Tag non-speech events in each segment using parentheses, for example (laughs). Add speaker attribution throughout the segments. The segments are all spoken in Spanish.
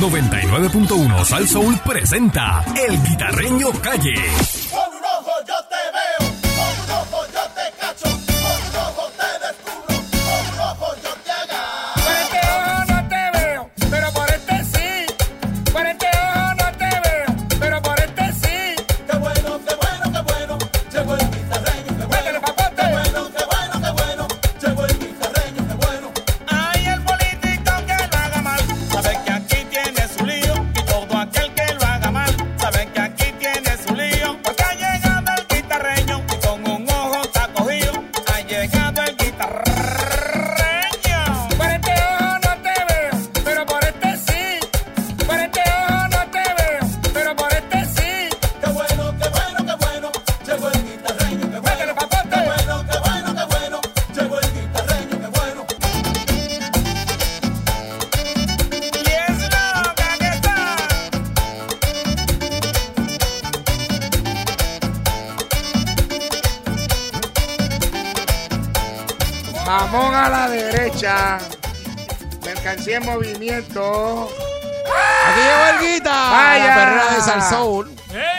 Speaker 1: 99.1 Sal Soul presenta El Guitarreño Calle.
Speaker 2: Con un ojo yo te veo, con un ojo yo te cacho, con un ojo te descubro, con un ojo yo te agarro.
Speaker 3: Por este ojo no te veo, pero por este sí. Por este ojo no te veo, pero por este sí.
Speaker 2: Qué bueno, qué bueno, qué bueno, llegó el guitarreño, qué bueno,
Speaker 3: Métele, papote.
Speaker 2: qué bueno, qué bueno, qué bueno, llegó el guitarreño, qué bueno.
Speaker 3: Ay, el político que lo haga mal, sabe que aquí tiene su lío. Y todo aquel que lo haga mal, sabe que aquí tiene su lío. Porque ha llegado el guitarreño y con un ojo está cogido. Ha llegado el guitarreño. Por este ojo no te veo, pero por este sí. Por este ojo no te veo, pero por este sí.
Speaker 2: Qué bueno, qué bueno, qué bueno, llegó el guitarreño, qué bueno.
Speaker 3: Métele, papote.
Speaker 2: Qué bueno, qué bueno, qué bueno, llegó el guitarreño, qué bueno.
Speaker 3: Y es la loca que está.
Speaker 4: Mamón a la derecha. Mercancía en movimiento.
Speaker 5: Aquí llegó el guita.
Speaker 4: Vaya.
Speaker 5: La perrera de Salsoul.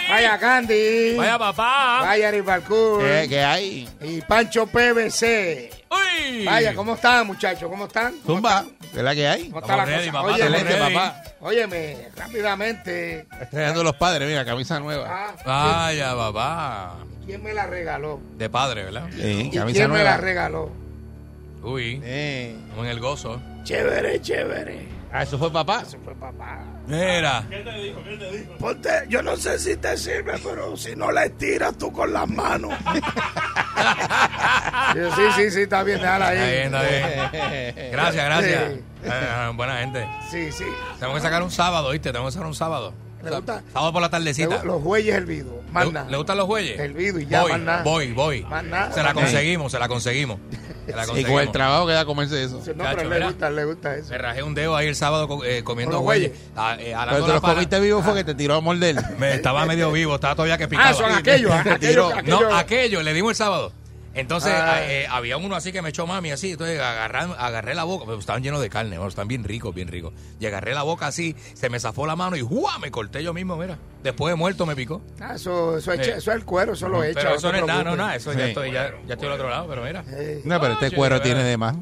Speaker 4: Vaya Candy.
Speaker 6: Vaya papá.
Speaker 4: Vaya Rivalcourt.
Speaker 5: ¿Qué, qué hay?
Speaker 4: Y Pancho PBC.
Speaker 6: Uy.
Speaker 4: Vaya, ¿cómo están, muchachos? ¿Cómo están? ¿Cómo
Speaker 5: Zumba. ¿Qué es la que hay?
Speaker 4: ¿Cómo está
Speaker 6: Estamos
Speaker 4: la
Speaker 6: ready,
Speaker 4: cosa? Óyeme,
Speaker 5: Excelente,
Speaker 6: papá, estamos ready.
Speaker 5: papá.
Speaker 4: óyeme, rápidamente.
Speaker 5: Estrenando los padres, mira, camisa nueva.
Speaker 4: Ah,
Speaker 6: Vaya papá.
Speaker 4: ¿Quién me la regaló?
Speaker 6: De padre, ¿verdad?
Speaker 5: Sí,
Speaker 4: ¿Y
Speaker 5: camisa
Speaker 4: quién me la
Speaker 5: nueva.
Speaker 4: regaló?
Speaker 6: Uy.
Speaker 5: Eh.
Speaker 6: Estamos en el gozo.
Speaker 4: Chévere, chévere.
Speaker 5: Ah, eso fue papá.
Speaker 4: (laughs) Eso fue papá.
Speaker 6: Mira.
Speaker 4: Ponte, yo no sé si te sirve, pero si no la estiras tú con las manos. sí, sí, sí, está bien, déjala ahí.
Speaker 6: Está bien, está bien. Gracias, gracias. Ah, Buena gente.
Speaker 4: Sí, sí.
Speaker 6: Tengo que sacar un sábado, ¿viste? Tengo que sacar un sábado.
Speaker 4: Me gusta-
Speaker 6: Sábado por la tardecita.
Speaker 4: Los jueyes hervidos, más
Speaker 6: ¿Le-
Speaker 4: nada.
Speaker 6: ¿Le gustan los jueyes?
Speaker 4: El vido y ya,
Speaker 6: voy,
Speaker 4: más nada.
Speaker 6: voy, voy.
Speaker 4: Más nada.
Speaker 6: Se la
Speaker 4: Sí.
Speaker 6: conseguimos, se la conseguimos. Se la
Speaker 5: Y
Speaker 6: conseguimos.
Speaker 5: con el trabajo que da comerse eso.
Speaker 4: No,
Speaker 6: Cacho,
Speaker 4: pero le
Speaker 6: ¿verdad?
Speaker 4: gusta, le gusta eso.
Speaker 6: Me rajé un dedo ahí el sábado co- eh, comiendo
Speaker 4: Con los
Speaker 6: güeyes.
Speaker 4: güeyes.
Speaker 6: Ah, eh, jalando
Speaker 5: Pero te
Speaker 6: la
Speaker 5: los
Speaker 6: pala.
Speaker 5: comiste vivo fue que te tiró
Speaker 4: (laughs)
Speaker 5: a morder.
Speaker 6: Me estaba medio vivo, estaba todavía que picaba.
Speaker 4: Eh, Ah, son aquellos,
Speaker 6: (laughs) Me
Speaker 4: aquellos,
Speaker 6: tiró.
Speaker 4: aquellos.
Speaker 6: No, aquellos, le dimos el sábado. Entonces,
Speaker 4: Ah.
Speaker 6: eh, había uno así que me echó mami así, entonces agarré, agarré la boca, pero estaban llenos de carne, mano, están bien ricos, bien ricos. Y agarré la boca así, se me zafó la mano y ¡juá! me corté yo mismo, mira. Después de muerto me picó.
Speaker 4: Ah, eso, eso, es,
Speaker 6: Sí.
Speaker 4: eso es el cuero, eso lo echa.
Speaker 6: pero eso no es nada, no, nada,
Speaker 4: nada.
Speaker 6: eso
Speaker 5: Sí.
Speaker 6: ya estoy, ya, ya estoy al otro lado, pero mira.
Speaker 5: No, pero este
Speaker 6: Oye,
Speaker 5: cuero
Speaker 6: pero-
Speaker 5: tiene de más.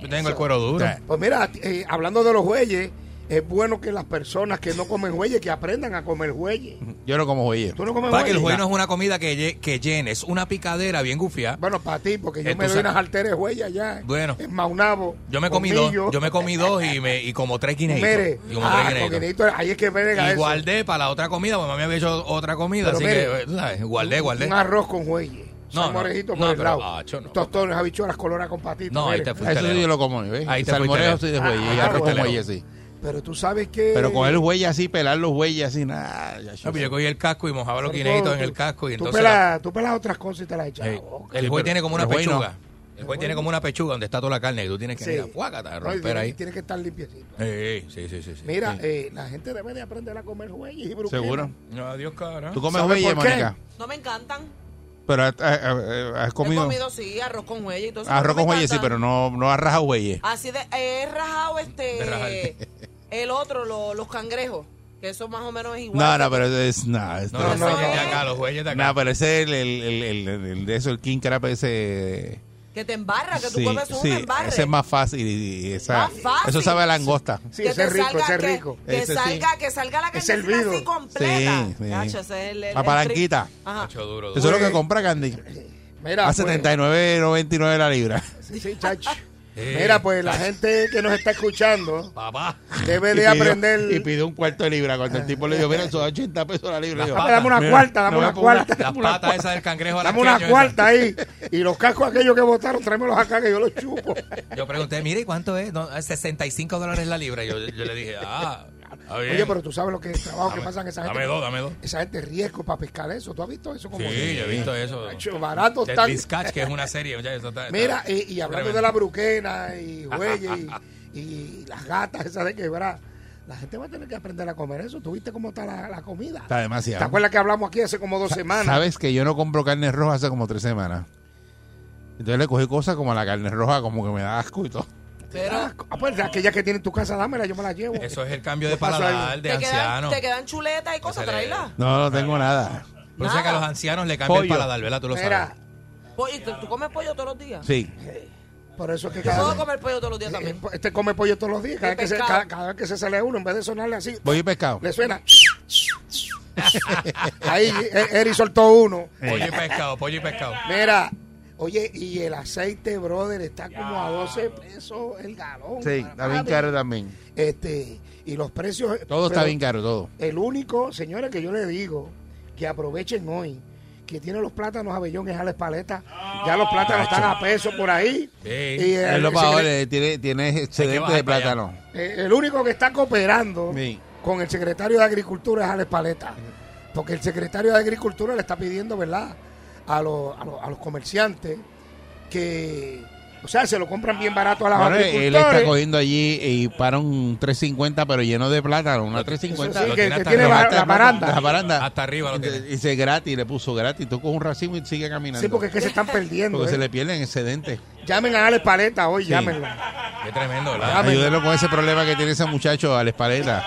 Speaker 6: Yo tengo el cuero duro.
Speaker 5: Sí.
Speaker 4: Pues mira, eh, hablando de los jueyes, es bueno que las personas que no comen jueyes, que aprendan a comer jueyes.
Speaker 5: Yo no como jueyes.
Speaker 4: Tú no comes
Speaker 6: Para que el
Speaker 4: jueyes.
Speaker 6: juego no es una comida que, lle- que llene, es una picadera bien gufiada.
Speaker 4: Bueno, para ti, porque yo
Speaker 6: Eh,
Speaker 4: me
Speaker 6: tú
Speaker 4: doy
Speaker 6: sa-
Speaker 4: unas alteras de jueyes allá.
Speaker 6: Bueno.
Speaker 4: En Maunabo.
Speaker 6: Yo me
Speaker 4: con
Speaker 6: comí dos,
Speaker 4: millo.
Speaker 6: yo me comí dos y, me, y como tres guineitos.
Speaker 4: Mere.
Speaker 6: Y como
Speaker 4: Eh, Ah,
Speaker 6: tres
Speaker 4: con
Speaker 6: guineitos.
Speaker 4: guineíto, ahí es que verga
Speaker 6: Y
Speaker 4: eso.
Speaker 6: guardé para la otra comida, porque mami había hecho otra comida,
Speaker 4: Pero
Speaker 6: así
Speaker 4: mire, Ah,
Speaker 6: que, tú sabes, guardé, guardé.
Speaker 4: Un arroz con jueyes.
Speaker 6: No,
Speaker 4: No,
Speaker 6: no,
Speaker 4: por
Speaker 6: no,
Speaker 4: el
Speaker 6: pero,
Speaker 4: lado.
Speaker 6: acho, no.
Speaker 4: Tostones, habichuelas coloradas con patitas.
Speaker 6: No, ahí
Speaker 4: mere.
Speaker 6: te fuiste
Speaker 5: Eso sí
Speaker 6: lejos.
Speaker 5: yo lo como, ¿ves?
Speaker 6: Ahí te
Speaker 5: Salmoreo
Speaker 6: fuiste
Speaker 5: sí de
Speaker 6: lejos.
Speaker 5: jueyes.
Speaker 4: Ah,
Speaker 5: Y arroz con
Speaker 4: bueno.
Speaker 5: jueyes, sí.
Speaker 4: Pero tú sabes que...
Speaker 5: Pero con el jueyes así, pelar los jueyes así, nada. ya,
Speaker 6: No,
Speaker 5: yo-
Speaker 6: pero yo cogí el casco y mojaba los
Speaker 4: Pero
Speaker 6: guineitos
Speaker 4: tú-
Speaker 6: en el casco y
Speaker 4: tú
Speaker 6: entonces... la-
Speaker 4: pelas- Tú pelas otras cosas y te las echas. a la
Speaker 6: Ey,
Speaker 4: boca.
Speaker 6: el
Speaker 5: Sí,
Speaker 6: juez
Speaker 5: Ah, pero-
Speaker 6: tiene como una
Speaker 5: pero el güey no.
Speaker 6: pechuga. El juez tiene como una pechuga donde está toda la carne y tú tienes que mira, guácata,
Speaker 4: No, y
Speaker 6: romper
Speaker 4: tiene-
Speaker 6: ahí.
Speaker 4: Tiene que estar limpiecito.
Speaker 6: Ey, Sí, sí, sí. sí.
Speaker 4: Mira,
Speaker 5: Sí.
Speaker 4: eh, la gente debe de aprender a comer jueyes y brujería.
Speaker 5: Seguro.
Speaker 6: No, adiós, cara.
Speaker 5: ¿Tú comes
Speaker 4: ¿Sabe
Speaker 5: jueyes,
Speaker 4: por qué?
Speaker 5: Mónica?
Speaker 7: No me encantan.
Speaker 5: Pero has, has- has- has
Speaker 7: He
Speaker 5: comido...
Speaker 7: comido, sí, arroz con huella y todo eso.
Speaker 5: Arroz
Speaker 7: no me
Speaker 5: con jueyes, sí, pero
Speaker 7: encantan.
Speaker 5: no, no has rajado jueyes.
Speaker 7: Así de, eh, he rajado
Speaker 6: De rajar.
Speaker 7: este, (laughs) el otro, lo- los cangrejos, que eso más o menos es igual.
Speaker 5: No, no, pero es... No, es-
Speaker 6: No, no,
Speaker 7: no,
Speaker 6: no,
Speaker 7: no.
Speaker 6: de acá, los jueyes de acá.
Speaker 5: No, pero ese es el, el, el, el- el- el de eso, el King Crab ese.
Speaker 7: Que te embarra, Ah, que tú
Speaker 5: sí,
Speaker 7: comes uno
Speaker 5: sí,
Speaker 7: embarre.
Speaker 5: ese es más fácil. y- y esa-
Speaker 7: Más fácil.
Speaker 5: Eso sabe a langosta.
Speaker 4: Sí,
Speaker 7: Que
Speaker 4: ese es
Speaker 7: te
Speaker 4: rico,
Speaker 7: salga-
Speaker 4: ese es
Speaker 7: que-
Speaker 4: rico.
Speaker 7: Que,
Speaker 5: Ese sí.
Speaker 7: salga, que salga la
Speaker 4: Es hervido.
Speaker 7: carnecita así completa.
Speaker 5: Sí, sí.
Speaker 7: Nacho, ese es el- el-
Speaker 5: La
Speaker 7: el
Speaker 5: palanquita.
Speaker 7: trip. Ajá.
Speaker 6: Nacho, duro,
Speaker 5: Eso
Speaker 6: duro.
Speaker 5: es lo que compra Candy.
Speaker 4: Mira,
Speaker 5: A
Speaker 4: pues,
Speaker 5: 79.99 la
Speaker 6: (laughs)
Speaker 5: libra.
Speaker 4: Sí, sí, chacho.
Speaker 6: Eh,
Speaker 4: Mira, pues la gente que nos está escuchando
Speaker 6: Papá.
Speaker 4: debe
Speaker 5: Y
Speaker 4: de
Speaker 5: pidió-
Speaker 4: aprender...
Speaker 5: Y pidió un cuarto de libra. Cuando el tipo le dijo, mira, eso da 80 pesos la libra.
Speaker 6: Ah. Las
Speaker 5: Yo,
Speaker 4: Dame, dame una
Speaker 5: mira,
Speaker 4: cuarta, dame
Speaker 5: no
Speaker 4: una
Speaker 5: me pongas-
Speaker 4: cuarta. (laughs)
Speaker 6: Las
Speaker 4: dame una
Speaker 6: patas esas del cangrejo
Speaker 4: Dame una
Speaker 6: alasqueño,
Speaker 4: cuarta ahí. Y los cascos aquellos que votaron, tráemelos acá que yo los chupo.
Speaker 6: esa. Yo pregunté, mire, ¿y ¿cuánto es? No, 65 dólares la libra. Yo, yo le dije, ah, está bien.
Speaker 4: Oye, pero tú sabes lo que es el trabajo que
Speaker 6: Dame-
Speaker 4: pasan esa gente.
Speaker 6: Dame dos, dame dos.
Speaker 4: Esa gente riesgo para pescar eso. ¿Tú has visto eso? Como
Speaker 6: Sí, yo he visto eso.
Speaker 4: Chacho, barato
Speaker 6: The
Speaker 4: están.
Speaker 6: Dispatch, que es una serie. ya, eso está-
Speaker 4: Mira,
Speaker 6: está-
Speaker 4: y, y hablando
Speaker 6: tremendo.
Speaker 4: de la bruquena y güeyes y, y las gatas esas de quebrar, la gente va a tener que aprender a comer eso. ¿Tú viste cómo está la, la comida?
Speaker 5: Está demasiado.
Speaker 4: ¿Te acuerdas que hablamos aquí hace como dos semanas?
Speaker 5: Sabes que yo no compro carne roja hace como tres semanas. Entonces le cogí cosas como la carne roja, como que me da asco y todo.
Speaker 4: Sí,
Speaker 7: Pero
Speaker 4: Ah, pues aquella que tiene en tu casa, dámela, yo me la llevo.
Speaker 6: Eso es el cambio de
Speaker 4: No pasa
Speaker 6: paladar de
Speaker 7: te quedan,
Speaker 6: anciano.
Speaker 7: te quedan chuletas y cosas,
Speaker 6: Ese le-
Speaker 7: tráelas.
Speaker 5: No, no tengo nada.
Speaker 6: Por eso es que a los ancianos le cambia el
Speaker 5: Pollo.
Speaker 6: paladar, ¿verdad? Tú lo sabes.
Speaker 4: Mira,
Speaker 7: Po- Pues, y tú, tú comes pollo todos los días.
Speaker 5: Sí.
Speaker 4: por eso es que
Speaker 7: Yo
Speaker 4: cada
Speaker 7: puedo
Speaker 4: vez,
Speaker 7: comer pollo todos los días
Speaker 4: eh,
Speaker 7: también.
Speaker 4: este come pollo todos los días. Cada
Speaker 7: Y
Speaker 4: vez, que se,
Speaker 7: pescado.
Speaker 4: cada- cada vez que se sale uno, en vez de sonarle así,
Speaker 5: Voy y pescado.
Speaker 4: le suena. (laughs) Ahí eh, Eri soltó uno.
Speaker 6: Pollo y pescado, pollo y pescado.
Speaker 4: Mira, oye, y el aceite, brother, está como a 12 pesos el galón.
Speaker 5: Sí,
Speaker 4: para
Speaker 5: está bien
Speaker 4: papi.
Speaker 5: caro también.
Speaker 4: Este, y los precios.
Speaker 5: Todo está
Speaker 4: pero
Speaker 5: bien caro, todo.
Speaker 4: El único, señores, que yo le digo que aprovechen hoy, que tiene los plátanos abellones a la espaleta. Ya los plátanos están a peso por ahí.
Speaker 6: Sí.
Speaker 4: eh,
Speaker 5: Es lo
Speaker 4: el
Speaker 5: pa'
Speaker 4: secre-
Speaker 5: ahora, eh, tiene, tiene excedente
Speaker 6: bajar
Speaker 5: de
Speaker 6: para allá.
Speaker 5: plátano.
Speaker 4: eh, el único que está cooperando
Speaker 5: Sí.
Speaker 4: con el secretario de Agricultura es a la espaleta. Porque el secretario de Agricultura le está pidiendo, ¿verdad?, a los, a los, a los comerciantes que. O sea, se lo compran bien barato a las
Speaker 5: Bueno,
Speaker 4: agricultores.
Speaker 5: él está cogiendo allí y para un 350, pero lleno de plátano, una
Speaker 4: Eso
Speaker 5: 350.
Speaker 4: sí,
Speaker 6: lo
Speaker 4: que,
Speaker 6: tiene
Speaker 4: que
Speaker 6: hasta
Speaker 4: tiene
Speaker 6: arriba,
Speaker 4: ba-
Speaker 5: Hasta
Speaker 4: la
Speaker 5: el plátano,
Speaker 4: baranda.
Speaker 5: La baranda.
Speaker 6: Hasta arriba lo tiene.
Speaker 5: Dice gratis, le puso gratis. Tú coges un racimo y sigue caminando.
Speaker 4: Sí, porque es que se están perdiendo.
Speaker 5: Porque
Speaker 4: eh.
Speaker 5: se le pierden excedentes.
Speaker 4: Llamen a Alex Paleta hoy,
Speaker 5: Sí.
Speaker 4: llámenla.
Speaker 6: Qué tremendo, ¿verdad?
Speaker 4: Dame.
Speaker 5: Ayúdenlo con ese problema que tiene ese muchacho, Alex Parela.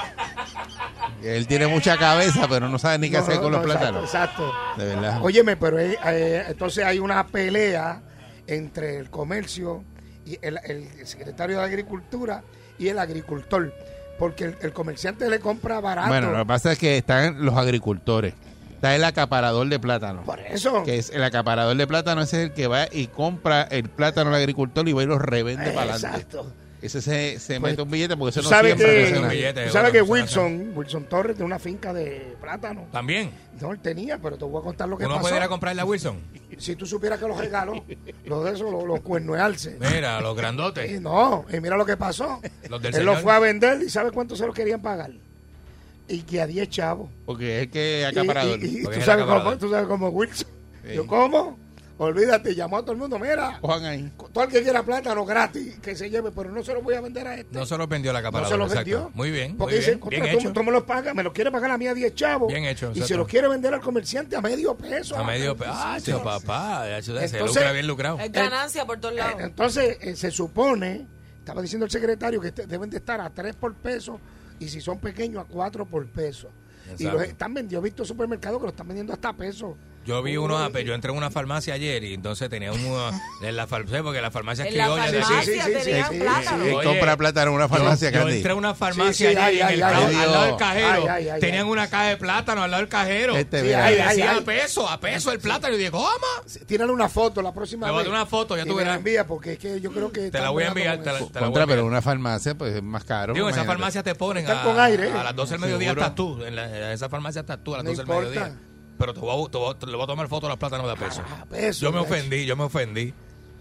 Speaker 5: Él tiene mucha cabeza, pero no sabe ni qué
Speaker 4: No,
Speaker 5: hacer
Speaker 4: no,
Speaker 5: con
Speaker 4: no,
Speaker 5: los
Speaker 4: exacto,
Speaker 5: plátanos.
Speaker 4: Exacto.
Speaker 5: De verdad.
Speaker 4: Óyeme, pero eh, eh, entonces hay una pelea entre el comercio y el, el secretario de Agricultura y el agricultor. Porque el, el comerciante le compra barato.
Speaker 5: Bueno, lo que pasa es que están los agricultores. Está el acaparador de plátano.
Speaker 4: por eso.
Speaker 5: Que es el acaparador de plátano, ese es el que va y compra el plátano al agricultor y va y lo revende para adelante.
Speaker 4: Exacto.
Speaker 5: Ese se, se
Speaker 4: Pues,
Speaker 5: mete un billete porque eso
Speaker 4: Tú
Speaker 5: no
Speaker 4: sabes
Speaker 5: siempre
Speaker 4: que,
Speaker 6: un billete,
Speaker 4: tú sabes
Speaker 6: bueno,
Speaker 4: que
Speaker 6: se
Speaker 4: Wilson, Wilson Torres, de una finca de plátano.
Speaker 6: También.
Speaker 4: No, él tenía, pero te voy a contar lo que
Speaker 6: Ah. Uno
Speaker 4: pasó.
Speaker 6: puede ir a comprarle a Wilson.
Speaker 4: Si tú supieras que los regalos, los de esos, los, los cuernoealces.
Speaker 6: Mira, los
Speaker 4: Eh,
Speaker 6: grandotes.
Speaker 4: no, y mira lo que pasó.
Speaker 6: Los del
Speaker 4: Él lo
Speaker 6: señor.
Speaker 4: fue a vender y ¿sabe cuánto se lo querían pagar? Y que a 10 chavos.
Speaker 5: Porque es el que
Speaker 4: Y-
Speaker 5: es acaparador.
Speaker 4: Y, y- y
Speaker 6: Porque
Speaker 4: tú,
Speaker 6: es el
Speaker 4: sabes cómo,
Speaker 6: acaparador.
Speaker 4: tú sabes cómo Wilson.
Speaker 5: Sí.
Speaker 4: Yo, ¿cómo? Olvídate, llamó a todo el mundo. Mira,
Speaker 5: Cojan ahí.
Speaker 4: todo el que quiera plátano gratis, que se lleve, pero no se lo voy a vender a este.
Speaker 6: No se los vendió la
Speaker 4: No
Speaker 6: acaparador.
Speaker 4: se lo
Speaker 6: exacto.
Speaker 4: vendió.
Speaker 6: Muy bien.
Speaker 4: Porque
Speaker 6: muy
Speaker 4: dice,
Speaker 6: bien. bien
Speaker 4: "Contra, tú,
Speaker 6: hecho.
Speaker 4: tú me lo pagas, me lo quiere pagar a mí a 10 chavos.
Speaker 6: Bien hecho,
Speaker 4: Y se
Speaker 6: exacto.
Speaker 4: lo quiere vender al comerciante a medio peso.
Speaker 6: A medio pe- Ah,
Speaker 4: Sí.
Speaker 6: chao, papá. ya Se se
Speaker 4: Entonces-
Speaker 6: lucra bien lucrado.
Speaker 7: Es ganancia por todos
Speaker 4: Eh,
Speaker 7: lados.
Speaker 4: Entonces, eh, se supone, estaba diciendo el secretario, que este- deben de estar a 3 por peso y si son pequeños a 4 por peso. Y
Speaker 6: Exacto.
Speaker 4: los están vendiendo, he visto supermercados que los están vendiendo hasta peso.
Speaker 6: Yo vi uno, ah, pero yo entré en una farmacia ayer y entonces tenía uno (laughs) en la farmacia, porque la farmacia es
Speaker 7: En la
Speaker 6: criolla. de aquí.
Speaker 7: farmacia
Speaker 4: sí, sí, sí,
Speaker 7: tenían
Speaker 4: sí, sí,
Speaker 7: plátano.
Speaker 5: Él
Speaker 6: Oye,
Speaker 5: compra plátano en una farmacia,
Speaker 6: yo, yo
Speaker 5: Candy.
Speaker 6: entré a una farmacia
Speaker 4: Sí, sí,
Speaker 6: allí
Speaker 4: ay,
Speaker 6: en el
Speaker 4: ay,
Speaker 6: ca-
Speaker 5: ay.
Speaker 6: al lado del
Speaker 4: Ay,
Speaker 6: cajero.
Speaker 4: ay, ay,
Speaker 6: tenían
Speaker 4: ay.
Speaker 6: una caja de plátano al lado del cajero.
Speaker 5: Este,
Speaker 6: Y
Speaker 5: mira.
Speaker 4: ay, ay,
Speaker 6: decía
Speaker 4: ay.
Speaker 6: a peso, a peso el plátano. Y yo digo, ¿cómo?
Speaker 4: Sí, Tírale una foto la próxima
Speaker 6: Le voy a
Speaker 4: vez.
Speaker 6: dar una foto, ya
Speaker 4: Y
Speaker 6: tú
Speaker 4: me la
Speaker 6: verás.
Speaker 4: envía porque es que yo creo que.
Speaker 6: Te la
Speaker 4: están
Speaker 6: voy a
Speaker 4: velando
Speaker 6: enviar.
Speaker 4: con
Speaker 6: Te la,
Speaker 4: eso.
Speaker 6: te la voy a
Speaker 5: Contra, pero
Speaker 6: enviar.
Speaker 5: una farmacia, pues es más caro.
Speaker 6: Digo, en esa
Speaker 5: imagínate.
Speaker 6: farmacia te ponen
Speaker 4: Están
Speaker 6: a,
Speaker 4: con aire, ¿eh?
Speaker 6: a las 12 del mediodía
Speaker 5: Seguro.
Speaker 6: estás tú. En, la- en esa farmacia estás tú a las
Speaker 4: No
Speaker 6: 12 del
Speaker 4: importa.
Speaker 6: mediodía. Pero te voy a, te voy a- te- le voy a tomar foto a los plátanos de a peso.
Speaker 4: Ah, peso,
Speaker 6: yo me
Speaker 4: gacho.
Speaker 6: ofendí, yo me ofendí.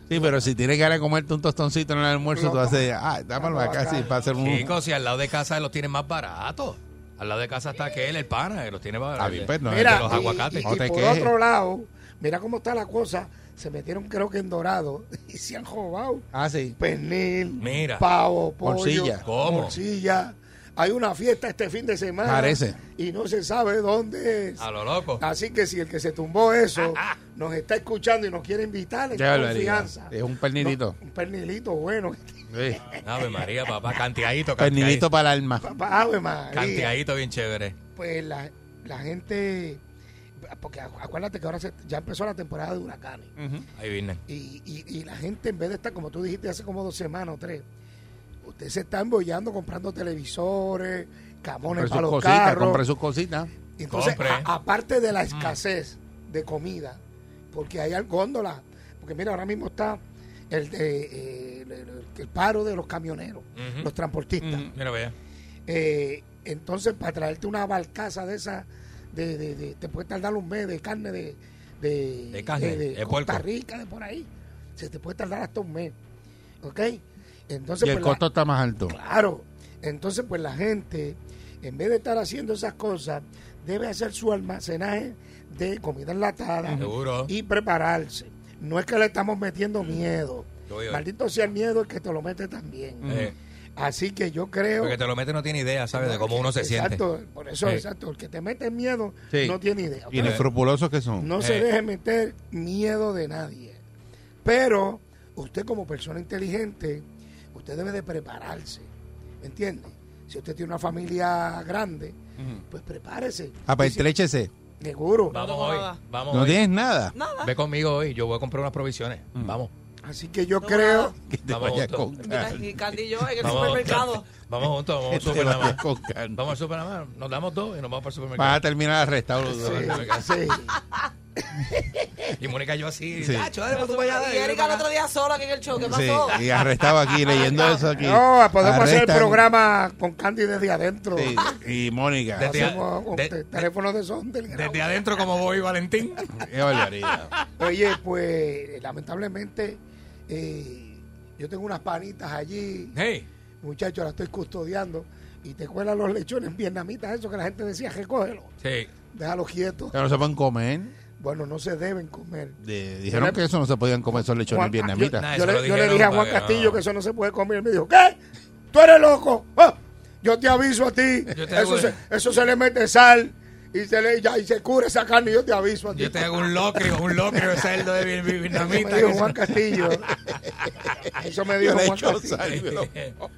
Speaker 5: Sí, pero si tienes ganas de comerte un tostoncito en el almuerzo,
Speaker 4: No,
Speaker 5: tú haces, ah, dámelo
Speaker 4: dámelo
Speaker 5: acá,
Speaker 4: acá.
Speaker 5: sí, para hacer un...
Speaker 6: Chicos, si al lado de casa los tienen más baratos. Al lado de casa está aquel, el pana, que los tiene más
Speaker 5: Ah, bien, pues, no,
Speaker 4: Mira,
Speaker 6: de los
Speaker 4: y-
Speaker 6: aguacates.
Speaker 4: Y,
Speaker 5: No
Speaker 4: y
Speaker 5: te
Speaker 4: por
Speaker 5: quejes.
Speaker 4: otro lado, mira cómo está la cosa. Se metieron, creo que en dorado (laughs) y se han robado.
Speaker 5: Ah, sí.
Speaker 4: pernil,
Speaker 6: Mira.
Speaker 4: pavo, pollo,
Speaker 5: Morcilla.
Speaker 6: ¿Cómo?
Speaker 4: morcilla. Hay una fiesta este fin de semana.
Speaker 5: Parece.
Speaker 4: Y no se sabe dónde es.
Speaker 6: A lo loco. Ah,
Speaker 4: Así que si el que se tumbó
Speaker 6: (laughs)
Speaker 4: eso nos está escuchando y nos quiere invitar,
Speaker 5: Ya
Speaker 4: es
Speaker 5: lo haría.
Speaker 4: confianza.
Speaker 5: Es un pernilito.
Speaker 4: No, un pernilito bueno.
Speaker 5: Sí.
Speaker 6: Ave María, papá, canteadito,
Speaker 5: Pernilito
Speaker 6: canteadito.
Speaker 5: para el alma.
Speaker 4: Papá, Ave María.
Speaker 6: Canteadito bien chévere.
Speaker 4: Pues la, la gente. Porque acu- acuérdate que ahora se- ya empezó la temporada de huracanes.
Speaker 6: Ahí viene.
Speaker 4: Y, y- y la gente, en vez de estar, como tú dijiste hace como dos semanas o tres, usted se está embollando comprando televisores,
Speaker 5: Compre
Speaker 4: camones
Speaker 5: sus
Speaker 4: para los
Speaker 5: cositas,
Speaker 4: carros.
Speaker 5: compre sus Mm. cositas.
Speaker 4: Y Entonces,
Speaker 6: Compre.
Speaker 4: a- aparte de la escasez de comida, porque hay al- góndolas, porque mira, ahora mismo está el, de, eh, el- el- el paro de los camioneros,
Speaker 6: Ujú.
Speaker 4: los transportistas.
Speaker 6: Mm, Mira, vea.
Speaker 4: Eh, entonces, para traerte una barcaza de esa, de, de- de- te puede tardar un mes de carne de, de,
Speaker 6: De carne, de
Speaker 4: Costa
Speaker 6: puerco.
Speaker 4: Rica, de por ahí. Se te puede tardar hasta un mes. ¿Ok? Entonces,
Speaker 5: Y el
Speaker 4: pues,
Speaker 5: costo
Speaker 4: la-
Speaker 5: está más alto.
Speaker 4: claro. Entonces, pues la gente, en vez de estar haciendo esas cosas, debe hacer su almacenaje de comida enlatada
Speaker 6: Mm. Seguro. Mm.
Speaker 4: y prepararse. No es que le estamos metiendo miedo.
Speaker 6: Yo voy a-
Speaker 4: Maldito sea el miedo el que te lo mete también.
Speaker 6: Eh,
Speaker 4: Así que yo creo
Speaker 6: porque te lo mete no tiene idea, ¿sabes? De cómo uno se siente.
Speaker 4: exacto, por eso,
Speaker 6: Sí.
Speaker 4: exacto. El que te mete miedo
Speaker 5: Sí.
Speaker 4: no tiene idea.
Speaker 5: Y los frupulosos que son.
Speaker 4: No se
Speaker 6: Eh.
Speaker 4: deje meter miedo de nadie. Pero usted como persona inteligente, usted debe de prepararse. ¿Me entiende? Si usted tiene una familia grande, pues prepárese.
Speaker 5: Apetréchese.
Speaker 4: Seguro.
Speaker 6: Ah, pues Vamos
Speaker 7: No, no,
Speaker 6: hoy.
Speaker 7: nada.
Speaker 6: Vamos
Speaker 5: Ah, pues, No
Speaker 6: hoy.
Speaker 5: tienes nada.
Speaker 7: Nada.
Speaker 6: Ve conmigo hoy. Yo voy a comprar unas provisiones. Vamos.
Speaker 4: Así que yo
Speaker 7: No,
Speaker 4: creo
Speaker 7: nada.
Speaker 5: Que te
Speaker 6: Vamos,
Speaker 5: vayas
Speaker 6: doctor.
Speaker 5: con (laughs)
Speaker 7: Mira,
Speaker 5: calma.
Speaker 7: y Candy y yo en el
Speaker 6: Vamos (laughs)
Speaker 7: supermercado.
Speaker 6: Vamos juntos, vamos al
Speaker 5: Que te
Speaker 6: supermercado.
Speaker 5: vayas con calma.
Speaker 6: Vamos al supermercado. Nos damos dos y nos vamos para el
Speaker 5: Vas a
Speaker 6: supermercado.
Speaker 5: terminar arrestado.
Speaker 4: sí, sí.
Speaker 6: Y Mónica y yo así.
Speaker 5: Sí.
Speaker 6: "Tacho,
Speaker 7: pues
Speaker 6: dale, tú para allá, dale,
Speaker 7: Y Erika el
Speaker 6: para
Speaker 7: otro
Speaker 6: acá".
Speaker 7: día sola que en el show. ¿Qué
Speaker 5: Sí,
Speaker 7: pasó?
Speaker 5: y arrestado aquí leyendo eso aquí.
Speaker 4: No, podemos hacer el
Speaker 5: Arrestan.
Speaker 4: programa con Candy desde adentro.
Speaker 5: Sí, y Mónica.
Speaker 6: Desde-
Speaker 4: Hacemos un
Speaker 6: de-
Speaker 4: te- teléfono de son del
Speaker 6: Desde adentro como voy, Valentín.
Speaker 5: Qué barbaridad.
Speaker 4: Oye, pues lamentablemente eh, yo tengo unas panitas allí,
Speaker 6: Hey.
Speaker 4: muchachos, las estoy custodiando y te cuelan los lechones vietnamitas, eso que la gente decía, recógelo,
Speaker 6: Sí.
Speaker 4: déjalos quietos.
Speaker 5: Ya no se pueden comer.
Speaker 4: Bueno, no se deben comer.
Speaker 5: De- dijeron que eso no se podían comer esos lechones
Speaker 4: Juan- ah,
Speaker 5: (laughs) vietnamitas.
Speaker 4: Yo,
Speaker 6: Eso lo
Speaker 4: le, yo le
Speaker 6: dijeron
Speaker 4: dije a
Speaker 6: para
Speaker 4: Juan
Speaker 6: que
Speaker 4: Castillo
Speaker 6: no.
Speaker 4: que eso no se puede comer y me dijo, ¿qué? ¿Tú eres loco? ¡Ah! Yo te aviso a ti,
Speaker 6: Yo te
Speaker 4: eso
Speaker 6: hago-
Speaker 4: se, eso se le mete sal y se, le, ya- y se cubre esa carne y yo te aviso a ti.
Speaker 6: Yo te hago un locrio, un locrio de cerdo de vi- vi-
Speaker 4: Eso
Speaker 6: vietnamita.
Speaker 4: me dijo
Speaker 6: que se-
Speaker 4: Juan
Speaker 6: (laughs)
Speaker 4: Castillo. Eso me
Speaker 5: Yo
Speaker 4: dijo
Speaker 5: le
Speaker 4: Juan
Speaker 5: echo
Speaker 4: Castillo.
Speaker 5: sal, pero-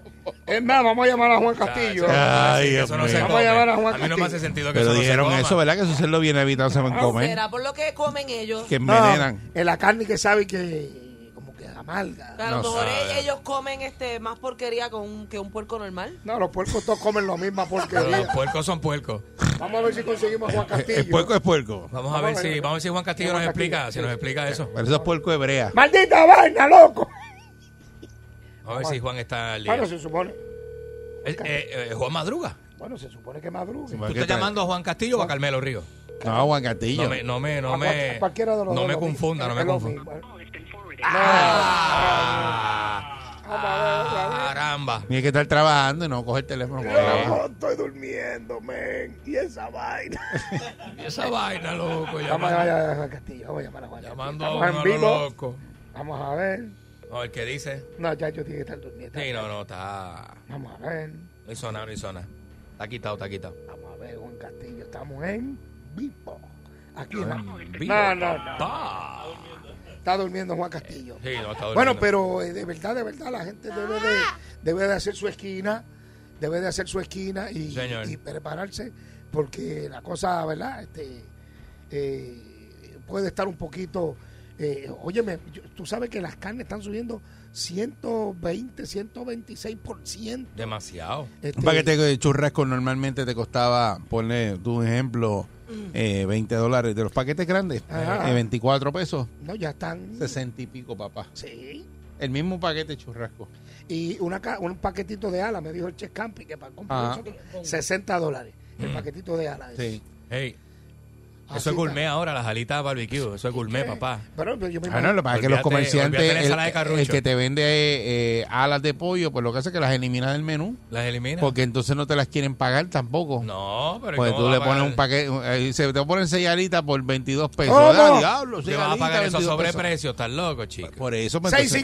Speaker 4: Es más, vamos a llamar a Juan Castillo.
Speaker 5: Ay, Dios
Speaker 6: Ah, Eso no se
Speaker 5: mío.
Speaker 4: Vamos a
Speaker 6: come.
Speaker 4: llamar a Juan
Speaker 6: A mí no me
Speaker 4: Castillo.
Speaker 6: hace sentido que
Speaker 5: Pero
Speaker 6: eso no
Speaker 5: dijeron
Speaker 6: se
Speaker 5: eso,
Speaker 6: coma.
Speaker 5: ¿verdad? Que esos cerdos vietnamitas no se pueden comer.
Speaker 7: Ah, Será por lo que comen ellos.
Speaker 5: Que
Speaker 4: No,
Speaker 5: envenenan.
Speaker 4: en la carne que sabe que como que amalga.
Speaker 7: A lo
Speaker 5: No
Speaker 7: mejor
Speaker 6: sabe.
Speaker 7: e- ellos comen este más porquería con un- que un puerco normal.
Speaker 4: No, los puercos todos comen lo mismo
Speaker 6: Pero (laughs) los
Speaker 4: porquería.
Speaker 6: puercos son puercos.
Speaker 4: Vamos a ver si conseguimos a Juan
Speaker 5: El
Speaker 4: Castillo.
Speaker 5: puerco es puerco.
Speaker 6: Vamos a ver si, vamos a ver si Juan Castillo
Speaker 4: Juan
Speaker 6: nos explica,
Speaker 4: Castillo.
Speaker 6: si nos explica eso.
Speaker 5: Pero eso es puerco hebrea.
Speaker 4: ¡Maldita vaina, loco!
Speaker 6: A ver si Juan está al día.
Speaker 4: Bueno, se supone.
Speaker 6: Eh, eh, eh, Juan Madruga.
Speaker 4: Bueno, se supone que madrugue.
Speaker 6: ¿Tú estás llamando a Juan Castillo o a Carmelo Río?
Speaker 5: No, Juan Castillo.
Speaker 6: No me, no me, no
Speaker 4: A cual-
Speaker 6: me,
Speaker 4: a cualquiera de los
Speaker 6: no
Speaker 4: dos
Speaker 6: me
Speaker 4: lo mismo.
Speaker 6: confunda, no
Speaker 4: Es
Speaker 6: me
Speaker 4: lo
Speaker 6: confunda.
Speaker 4: mismo.
Speaker 6: Ah, Caramba.
Speaker 5: Tienes que estar trabajando y no coger el teléfono. cuando trabajas.
Speaker 4: No, estoy durmiendo, men. Y esa
Speaker 6: (laughs)
Speaker 4: vaina.
Speaker 6: Y esa vaina, loco.
Speaker 4: Vamos a
Speaker 6: Llamando,
Speaker 4: llamar a Juan Castillo. Vamos a llamar a Juan Castillo.
Speaker 6: llamando a
Speaker 4: Estamos
Speaker 6: uno
Speaker 4: en
Speaker 6: a lo
Speaker 4: vivo.
Speaker 6: loco.
Speaker 4: Vamos a ver.
Speaker 6: A ver qué dice.
Speaker 4: No, ya yo tiene que estar durmiendo.
Speaker 6: Sí, no, no, está.
Speaker 4: Vamos a ver.
Speaker 6: No hay zona, no hay zona. Está quitado, está quitado.
Speaker 4: Vamos a ver, Juan Castillo. Estamos en vivo. Aquí en la-
Speaker 6: En vivo,
Speaker 4: No, no, no.
Speaker 6: papá.
Speaker 4: Está durmiendo Juan Castillo.
Speaker 6: Sí, no, está
Speaker 4: Bueno,
Speaker 6: durmiendo.
Speaker 4: pero eh, de verdad, de verdad, la gente debe de, debe de hacer su esquina, debe de hacer su esquina y,
Speaker 6: Señor.
Speaker 4: y prepararse, porque la cosa, ¿verdad? Este, eh, puede estar un poquito... Eh, óyeme, yo- tú sabes que las carnes están subiendo 120, 126%.
Speaker 6: Demasiado.
Speaker 4: Este,
Speaker 5: Un paquete de churrasco normalmente te costaba, ponle tú un ejemplo, eh, 20 dólares. De los paquetes grandes,
Speaker 4: Ajá.
Speaker 5: eh, 24 pesos,
Speaker 4: Este, No, ya están...
Speaker 5: 60 y pico, papá.
Speaker 4: Sí.
Speaker 5: El mismo paquete de churrasco.
Speaker 4: Y una, ca- un paquetito de ala, me dijo el Chef Campi, que para
Speaker 6: Ah.
Speaker 4: comprar
Speaker 5: Ajá.
Speaker 4: nosotros, 60 dólares.
Speaker 6: Mm.
Speaker 4: El paquetito de ala. ese.
Speaker 5: Sí.
Speaker 6: Hey,
Speaker 4: Así está.
Speaker 6: eso es gourmet ahora, las alitas barbecue. Eso es gourmet, papá.
Speaker 4: Pero pero yo me
Speaker 5: Ah, no, lo que pasa es que los
Speaker 6: Olvídate-
Speaker 5: comerciantes,
Speaker 6: olvídate de
Speaker 5: el,
Speaker 6: ensalada de carrucho.
Speaker 5: el que te vende eh, eh, alas de pollo, pues lo que hace es que las elimina del menú,
Speaker 6: ¿Las elimina?
Speaker 5: porque entonces no te las quieren pagar tampoco.
Speaker 6: No, pero ¿y
Speaker 5: Pues tú
Speaker 6: cómo vas
Speaker 5: le
Speaker 6: a pagar?
Speaker 5: pones un paquete, eh, se te ponen seis alitas por 22 pesos.
Speaker 4: ¿Cómo?
Speaker 5: ¡Ah, diablo!
Speaker 6: Te
Speaker 5: seis
Speaker 6: vas a
Speaker 5: alitas,
Speaker 6: pagar esos
Speaker 5: 22 pesos.
Speaker 6: sobreprecios, estás loco, chico.
Speaker 5: Por eso, pues, entonces,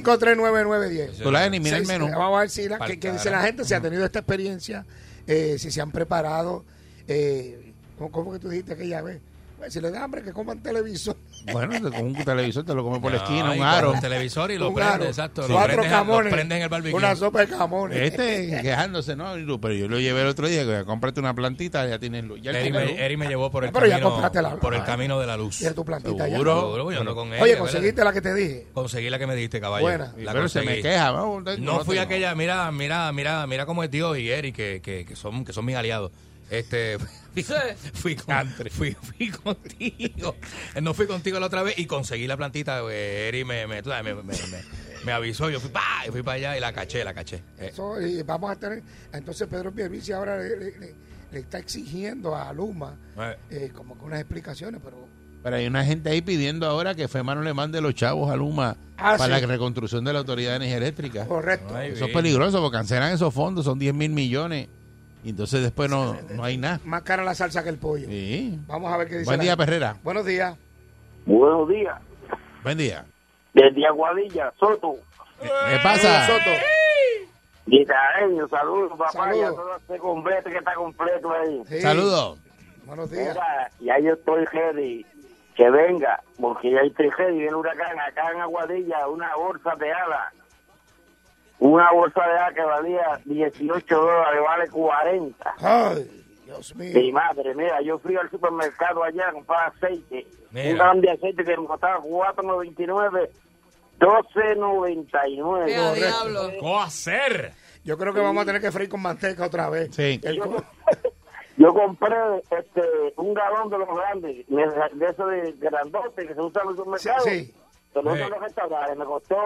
Speaker 4: 6539910.
Speaker 5: tú las eliminas del
Speaker 4: Seis- eh,
Speaker 5: menú.
Speaker 4: Vamos a ver si la,
Speaker 6: Pa'l
Speaker 4: que, que dice la
Speaker 6: carajo.
Speaker 4: gente, si ha tenido esta experiencia, eh, si se han preparado. Eh, ¿cómo, cómo que tú dijiste aquella vez? Pues, si le da hambre, que coman televisor.
Speaker 5: Bueno, te- con un televisor te lo comes por la esquina,
Speaker 6: Ay,
Speaker 5: un
Speaker 6: con
Speaker 5: aro.
Speaker 6: El televisor y lo
Speaker 4: un
Speaker 6: prende,
Speaker 4: aro,
Speaker 6: exacto. Lo
Speaker 4: Cuatro
Speaker 6: prende,
Speaker 4: camones.
Speaker 6: en el barbecue.
Speaker 4: Una sopa de camones.
Speaker 5: Este quejándose, ¿no? Y tú, Pero yo lo llevé el otro día, que cómprate una plantita, ya tienes luz. Ya
Speaker 6: Eri
Speaker 5: tienes luz.
Speaker 6: me, Eri me llevó por el,
Speaker 4: Pero ya
Speaker 6: camino,
Speaker 4: compraste la-
Speaker 6: por el camino de la luz.
Speaker 4: Tiene tu plantita ya.
Speaker 6: Seguro, yo ando con ella.
Speaker 4: Oye,
Speaker 6: eh, ¿verdad?
Speaker 4: conseguiste la que te dije.
Speaker 6: Conseguí la que me diste, caballo.
Speaker 4: Buena.
Speaker 5: Y
Speaker 6: La
Speaker 5: pero se me
Speaker 6: conseguí.
Speaker 5: queja, ¿no?
Speaker 6: No fui
Speaker 5: tengo.
Speaker 6: aquella, mira, mira, mira, mira cómo es Dios y Eric, que, que, que son, que son mis aliados. Este, (laughs) fui, fui con- fui- fui contigo. No fui contigo la otra vez y conseguí la plantita. eh, Eric me, me, tú sabes, me, me- me- me avisó. Yo fui, pa, y fui para allá y la caché, la caché. Eh,
Speaker 4: Eso, y vamos a tener. Entonces, Pedro Pierluisi ahora le, le- le- le está exigiendo a Luma
Speaker 6: eh,
Speaker 4: eh, como que unas explicaciones, pero.
Speaker 5: Pero hay una gente ahí pidiendo ahora que FEMA no le mande los chavos a Luma
Speaker 4: Ah,
Speaker 5: para
Speaker 4: sí.
Speaker 5: la reconstrucción de la Autoridad de Energía Eléctrica.
Speaker 4: Correcto.
Speaker 6: Ay,
Speaker 5: Eso es
Speaker 6: bien.
Speaker 5: peligroso porque cancelan esos fondos, son 10 mil millones. Y entonces después no, no hay nada.
Speaker 4: Más cara la salsa que el pollo.
Speaker 5: Sí.
Speaker 4: Vamos a ver qué dice.
Speaker 5: Buen
Speaker 4: la
Speaker 5: día,
Speaker 4: gente.
Speaker 5: Perrera.
Speaker 4: Buenos días.
Speaker 8: Buenos días,
Speaker 5: Buen día.
Speaker 8: desde Aguadilla, Soto,
Speaker 5: ¿Qué
Speaker 4: Eh,
Speaker 5: qué pasa?
Speaker 4: Soto.
Speaker 8: guitarreño, saludos papá
Speaker 4: Saludos.
Speaker 8: y a todo este completo que está completo ahí.
Speaker 4: Sí.
Speaker 5: Saludos.
Speaker 4: Buenos días.
Speaker 8: Mira, ya yo estoy ready, que venga, porque ya estoy ready, viene el huracán acá en Aguadilla, una bolsa de alas. Una bolsa de A que valía 18 dólares, vale 40.
Speaker 4: Ay, Dios
Speaker 8: Mi
Speaker 4: mío.
Speaker 8: madre, mira, yo fui al supermercado allá a comprar aceite.
Speaker 6: Mira.
Speaker 8: Un galón de aceite que me costaba 4.99, 12.99.
Speaker 7: Vea, diablo.
Speaker 6: ¿Cómo hacer?
Speaker 4: Yo creo que vamos a tener que freír con manteca otra vez.
Speaker 5: Sí.
Speaker 4: El co-
Speaker 8: Yo compré este un galón de los grandes, me- de esos de grandote que se usan en los supermercados.
Speaker 4: Sí, sí.
Speaker 8: Se lo usan en los restaurantes. Me costó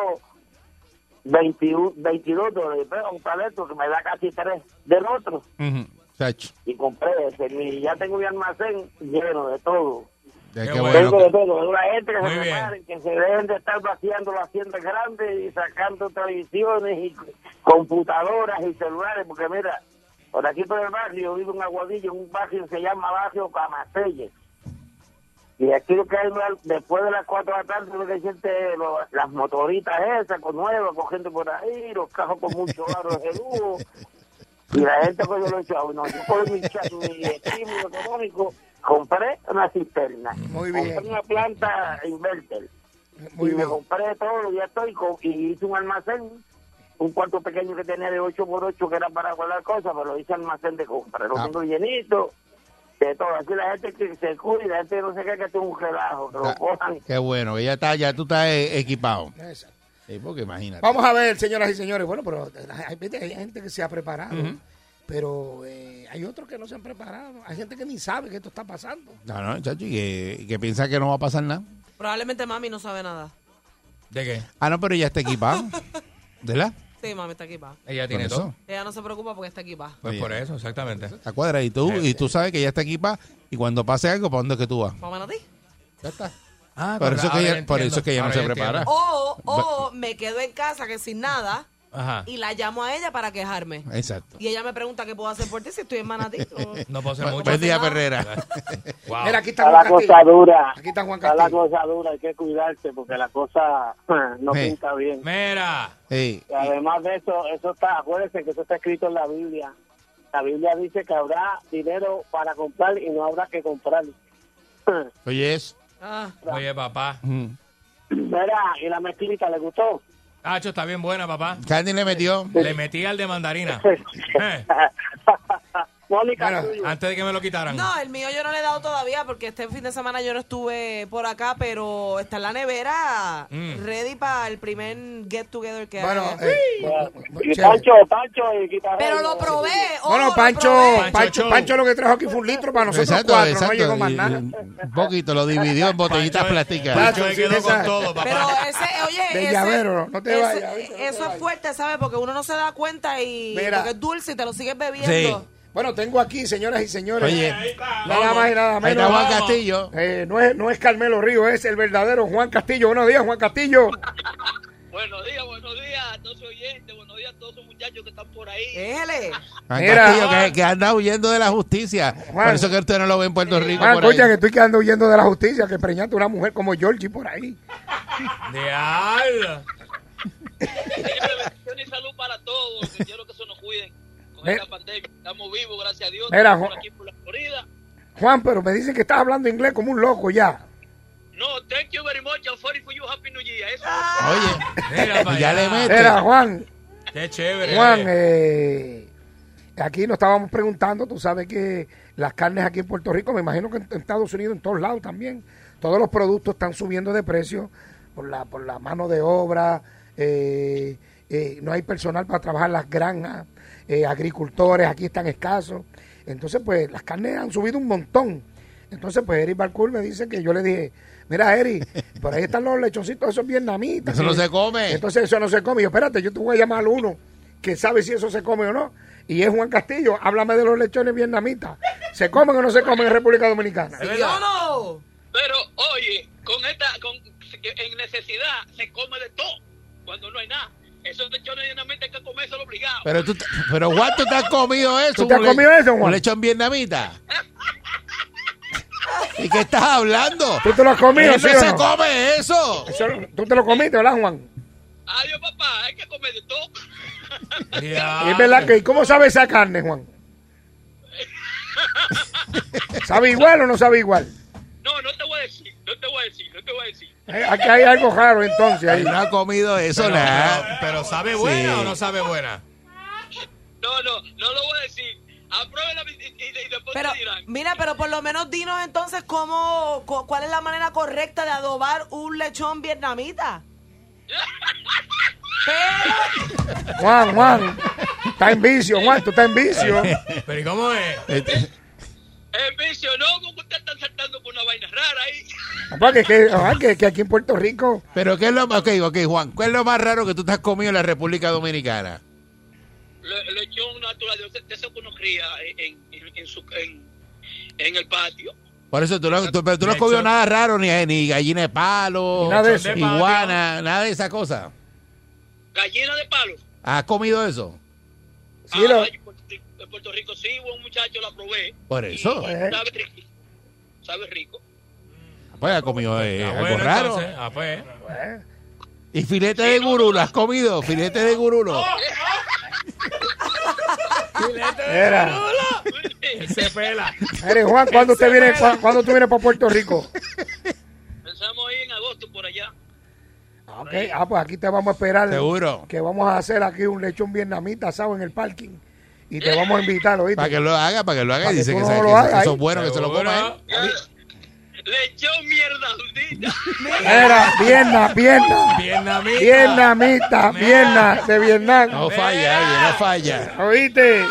Speaker 8: 21 22 dólares. Pero un paleto que me da casi tres del otro.
Speaker 5: Ujú. Chacho.
Speaker 8: Y compré ese. Y ya tengo mi almacén lleno de todo.
Speaker 5: Ya,
Speaker 6: Qué
Speaker 5: qué
Speaker 6: bueno.
Speaker 5: bueno
Speaker 8: tengo
Speaker 5: que-
Speaker 8: de todo. De la gente que
Speaker 6: Muy
Speaker 8: se
Speaker 6: bien.
Speaker 8: preparen, que se dejen de estar vaciando las tiendas grandes y sacando televisiones y computadoras y celulares. Porque mira, por aquí por el barrio vivo un aguadillo, un barrio que se llama Barrio Camaselles. Y aquí lo que hay no hay- después de las 4 de la tarde, lo que siente es lo- las motoritas esas, con nuevas, cogiendo por ahí, los cajos con mucho barro
Speaker 5: (laughs)
Speaker 8: de lujo. Y la gente cogió los chavos. No, yo cogí mi, cha- mi estímulo económico, compré una cisterna.
Speaker 4: Muy bien.
Speaker 8: Compré una planta inverter.
Speaker 4: Muy
Speaker 8: y me
Speaker 4: bien.
Speaker 8: compré todo, ya estoy. co- Y hice un almacén, un cuarto pequeño que tenía de 8 por 8 que era para guardar cosas, pero hice almacén de compra. Lo
Speaker 5: Ah.
Speaker 8: tengo llenito. De todo, así la gente que se cuida, la gente no se cree que esto es un relajo, que lo
Speaker 5: Ah,
Speaker 8: cojan
Speaker 5: Qué bueno, que ya, está, ya tú estás eh, equipado.
Speaker 4: Exacto.
Speaker 5: Sí, porque imagínate.
Speaker 4: Vamos a ver, señoras y señores. Bueno, pero eh, hay, viste, hay gente que se ha preparado, pero eh, hay otros que no se han preparado. Hay gente que ni sabe que esto está pasando.
Speaker 5: No, no, chacho, y que, y que piensa que no va a pasar nada.
Speaker 7: Probablemente mami no sabe nada.
Speaker 6: ¿De qué?
Speaker 5: Ah, no, pero ya está equipado. ¿Verdad?
Speaker 7: Sí, mami está equipada.
Speaker 6: Ella
Speaker 5: Por
Speaker 6: tiene
Speaker 5: eso.
Speaker 6: todo.
Speaker 7: Ella no se preocupa porque está equipada.
Speaker 6: Pues
Speaker 5: Oye.
Speaker 6: por eso, exactamente.
Speaker 5: Está cuadrado. Y tú, y tú sabes que ya está equipado. Y cuando pase algo, ¿para dónde es que tú vas?
Speaker 7: Vamos a ti.
Speaker 5: Ya está.
Speaker 6: Ah,
Speaker 5: Por
Speaker 6: con
Speaker 5: eso
Speaker 6: ra-
Speaker 5: que
Speaker 6: ahora
Speaker 5: ella-
Speaker 6: ya
Speaker 5: por
Speaker 6: entiendo,
Speaker 5: eso es que ella no
Speaker 6: ahora
Speaker 5: se
Speaker 6: ya entiendo. Oh,
Speaker 5: prepara.
Speaker 7: O, o me quedo en casa que sin nada
Speaker 6: Ajá.
Speaker 7: y la llamo a ella para quejarme.
Speaker 5: Exacto.
Speaker 7: Y ella me pregunta qué puedo hacer por ti si estoy en Manatí. Pues
Speaker 6: No puedo hacer
Speaker 5: Bu-
Speaker 6: mucho.
Speaker 5: Buen día,
Speaker 7: Nada.
Speaker 5: Perrera.
Speaker 6: (laughs) Wow.
Speaker 4: Mira, aquí está
Speaker 8: Está la
Speaker 4: Juan
Speaker 8: cosa
Speaker 4: Castillo.
Speaker 8: dura.
Speaker 4: Aquí está Juan
Speaker 8: Está la
Speaker 4: Castillo.
Speaker 8: cosa dura, hay que cuidarse porque la cosa (laughs) no
Speaker 5: Sí.
Speaker 8: pinta bien.
Speaker 6: Mira.
Speaker 5: Sí.
Speaker 8: Y además de eso, eso está, acuérdense que eso está escrito en la Biblia. La Biblia dice que habrá dinero para comprar y no habrá que comprar. (clears throat)
Speaker 5: Oye, eso.
Speaker 7: Ah,
Speaker 6: Oye, papá.
Speaker 5: Mm.
Speaker 8: Mira, ¿y la mezclita le gustó? (laughs)
Speaker 6: Hacho está bien buena, papá.
Speaker 5: Candy le metió.
Speaker 6: Le metí al de mandarina. Eh,
Speaker 8: Mónica,
Speaker 4: Bueno,
Speaker 8: tuyo.
Speaker 6: antes de que me lo quitaran.
Speaker 7: no, el mío yo no le he dado todavía porque este fin de semana yo no estuve por acá, pero está en la nevera
Speaker 6: Mm.
Speaker 7: ready para el primer get together que
Speaker 4: Bueno,
Speaker 7: hay.
Speaker 4: eh,
Speaker 8: y
Speaker 4: chévere.
Speaker 8: Pancho, Pancho y guitarra.
Speaker 7: pero lo probé. oh,
Speaker 4: Bueno,
Speaker 7: lo
Speaker 4: Pancho,
Speaker 7: probé.
Speaker 4: Pancho,
Speaker 6: Show.
Speaker 4: Pancho lo que trajo aquí fue un litro para nosotros cuatro, no llegó más
Speaker 5: Y-
Speaker 4: nada.
Speaker 5: y- Un poquito, lo dividió en botellitas
Speaker 6: Pancho-
Speaker 5: plásticas.
Speaker 6: Pancho se
Speaker 4: Claro,
Speaker 6: quedó
Speaker 4: sí, esa-
Speaker 6: con todo, papá.
Speaker 7: Pero ese, oye,
Speaker 4: De
Speaker 7: ese-
Speaker 4: llavero, no te
Speaker 7: ese-
Speaker 4: vayas, ¿viste? No te
Speaker 7: Eso es fuerte, ¿sabes? Porque uno no se da cuenta y
Speaker 4: Mira.
Speaker 7: porque es dulce y te lo sigues bebiendo.
Speaker 4: Bueno, tengo aquí, señoras y señores,
Speaker 5: Oye,
Speaker 4: nada más y nada
Speaker 5: ahí está Juan
Speaker 4: menos.
Speaker 5: Castillo.
Speaker 4: Eh, no, es, no es Carmelo Río, es el verdadero Juan Castillo. Buenos días, Juan Castillo.
Speaker 9: Buenos días, buenos días a todos los oyentes, buenos días a todos los muchachos que están por ahí.
Speaker 7: Eh. Déjele.
Speaker 5: Juan
Speaker 4: Mira.
Speaker 5: Castillo que, que anda huyendo de la justicia. Por
Speaker 4: Juan.
Speaker 5: eso que usted no lo ve en Puerto Rico.
Speaker 4: Ah,
Speaker 5: por
Speaker 4: escucha, que
Speaker 5: ahí.
Speaker 4: estoy quedando huyendo de la justicia, que preñaste una mujer como Georgie por ahí.
Speaker 6: Diablo.
Speaker 9: Señores, bendiciones y salud para todos. que Quiero que se nos cuiden con
Speaker 4: Eh.
Speaker 9: esta pandemia. Estamos vivos, gracias a Dios.
Speaker 4: Mira,
Speaker 9: Estamos
Speaker 4: Ju-
Speaker 9: por aquí por la Florida.
Speaker 4: Juan, pero me dicen que estás hablando inglés como un loco ya.
Speaker 9: No, thank you very much. I'm sorry for you. Happy New Year. Eso.
Speaker 5: Ah. Oye,
Speaker 6: Mira para
Speaker 5: ya
Speaker 6: allá.
Speaker 5: le mete.
Speaker 4: Era, Juan,
Speaker 6: Qué chévere.
Speaker 4: Juan,
Speaker 6: oye.
Speaker 4: eh, aquí nos estábamos preguntando, tú sabes que las carnes aquí en Puerto Rico, me imagino que en en Estados Unidos, en todos lados también, todos los productos están subiendo de precio por la, por la mano de obra, eh, eh, no hay personal para trabajar las granjas, eh, agricultores aquí están escasos, entonces pues las carnes han subido un montón. Entonces pues Eric Barcourt me dice que yo le dije, mira Eric, por ahí están los lechoncitos esos vietnamitas.
Speaker 5: Eso no
Speaker 4: que-
Speaker 5: se come.
Speaker 4: entonces eso no se come. Y Yo, espérate, yo te voy a llamar al uno que sabe si eso se come o no. Y es Juan Castillo. Háblame de los lechones vietnamitas. ¿Se comen o no se comen en República Dominicana?
Speaker 7: Sí, yo no.
Speaker 9: Pero oye, con esta, con, en necesidad se come de todo cuando no hay nada. Eso lechones llenamente hay que comerse lo obligado.
Speaker 5: Pero, tú, te- pero Juan, tú te has comido eso.
Speaker 4: ¿Tú te has
Speaker 5: un le-
Speaker 4: comido eso, Juan?
Speaker 5: Un lechón vietnamita. ¿Y qué estás hablando?
Speaker 4: ¿Tú te lo has comido,
Speaker 5: Él
Speaker 4: sí
Speaker 5: no
Speaker 4: o
Speaker 5: se
Speaker 4: no?
Speaker 5: come eso.
Speaker 4: Eso no- Tú te lo comiste, ¿verdad, Juan?
Speaker 9: Adiós, papá. Hay que comer de todo. (laughs)
Speaker 4: Y
Speaker 5: Ah,
Speaker 6: Diablo.
Speaker 4: es verdad que, ¿y cómo sabe esa carne, Juan? ¿Sabe igual o no sabe igual?
Speaker 9: No, no te voy a decir. No te voy a decir. No te voy a decir.
Speaker 4: Eh, Aquí hay algo raro entonces ahí.
Speaker 5: Él no ha comido eso,
Speaker 6: Pero,
Speaker 5: nada.
Speaker 6: pero- pero ¿sabe buena
Speaker 5: ¿eh? Sí.
Speaker 6: o no sabe buena?
Speaker 9: No, no, no lo voy a decir. Apruébela y, y- y después
Speaker 7: Pero
Speaker 9: te dirán.
Speaker 7: mira, pero por lo menos dinos entonces cómo, cu- cuál es la manera correcta de adobar un lechón vietnamita. Pero,
Speaker 4: Juan, Juan. Está en vicio, Juan, tú estás en vicio.
Speaker 5: Eh.
Speaker 6: Pero ¿y cómo es?
Speaker 5: Este-
Speaker 9: En vicio, no, como usted está saltando por una vaina rara ahí. (laughs)
Speaker 4: Papá, que, que- ah, que- que aquí en Puerto Rico.
Speaker 5: Pero ¿qué es lo más, ok, ok, Juan, ¿qué es lo más raro que tú te has comido en la República Dominicana?
Speaker 9: Le, lechón natural, de eso- de eso que uno cría en, en, en su, en, en el patio.
Speaker 5: Por eso tú no, tú- pero tú no has comido
Speaker 6: Lechón.
Speaker 5: nada raro, ni, ni gallina de palo,
Speaker 4: Nada de
Speaker 5: ni
Speaker 4: eso.
Speaker 5: iguana, nada de esa cosa.
Speaker 9: Gallina de palo.
Speaker 5: ¿Has comido eso?
Speaker 4: Sí, lo-
Speaker 9: Ah, en Puerto- en Puerto Rico sí, hubo un muchacho la probé.
Speaker 5: Por eso.
Speaker 9: Y Sabe rico. Sabe rico. (laughs)
Speaker 5: Pues has comido eh,
Speaker 6: Ah,
Speaker 5: algo
Speaker 6: bueno,
Speaker 5: raro.
Speaker 6: entonces. Ah, pues.
Speaker 4: eh,
Speaker 5: Y filete de gurulo, ¿has comido? Filete de
Speaker 4: Oh.
Speaker 5: gurulo.
Speaker 4: Era.
Speaker 6: Se pela.
Speaker 4: Mire, Juan, ¿cuándo, usted viene, cua- ¿cuándo tú vienes para Puerto Rico?
Speaker 9: Pensamos ir en agosto por allá.
Speaker 4: Ah, ok. Ah, pues aquí te vamos a esperar.
Speaker 5: Seguro.
Speaker 4: Que vamos a hacer aquí un lechón vietnamita asado en el parking. Y te vamos a invitar,
Speaker 5: Para
Speaker 4: ¿oíste?
Speaker 5: que lo haga, para que lo haga.
Speaker 4: Para
Speaker 5: Y
Speaker 4: que
Speaker 5: dice
Speaker 4: tú
Speaker 5: que,
Speaker 4: no
Speaker 5: sabe
Speaker 4: lo
Speaker 5: que
Speaker 4: hagas
Speaker 5: eso
Speaker 4: ahí.
Speaker 5: es bueno que se lo coma él.
Speaker 9: Lechón mierda, judita.
Speaker 4: Era, Vietnam, Vietnam.
Speaker 6: Vietnamita.
Speaker 4: Vietnamita, Vietnam, de Vietnam.
Speaker 5: No falla, oye, no falla.
Speaker 4: ¿Oíste?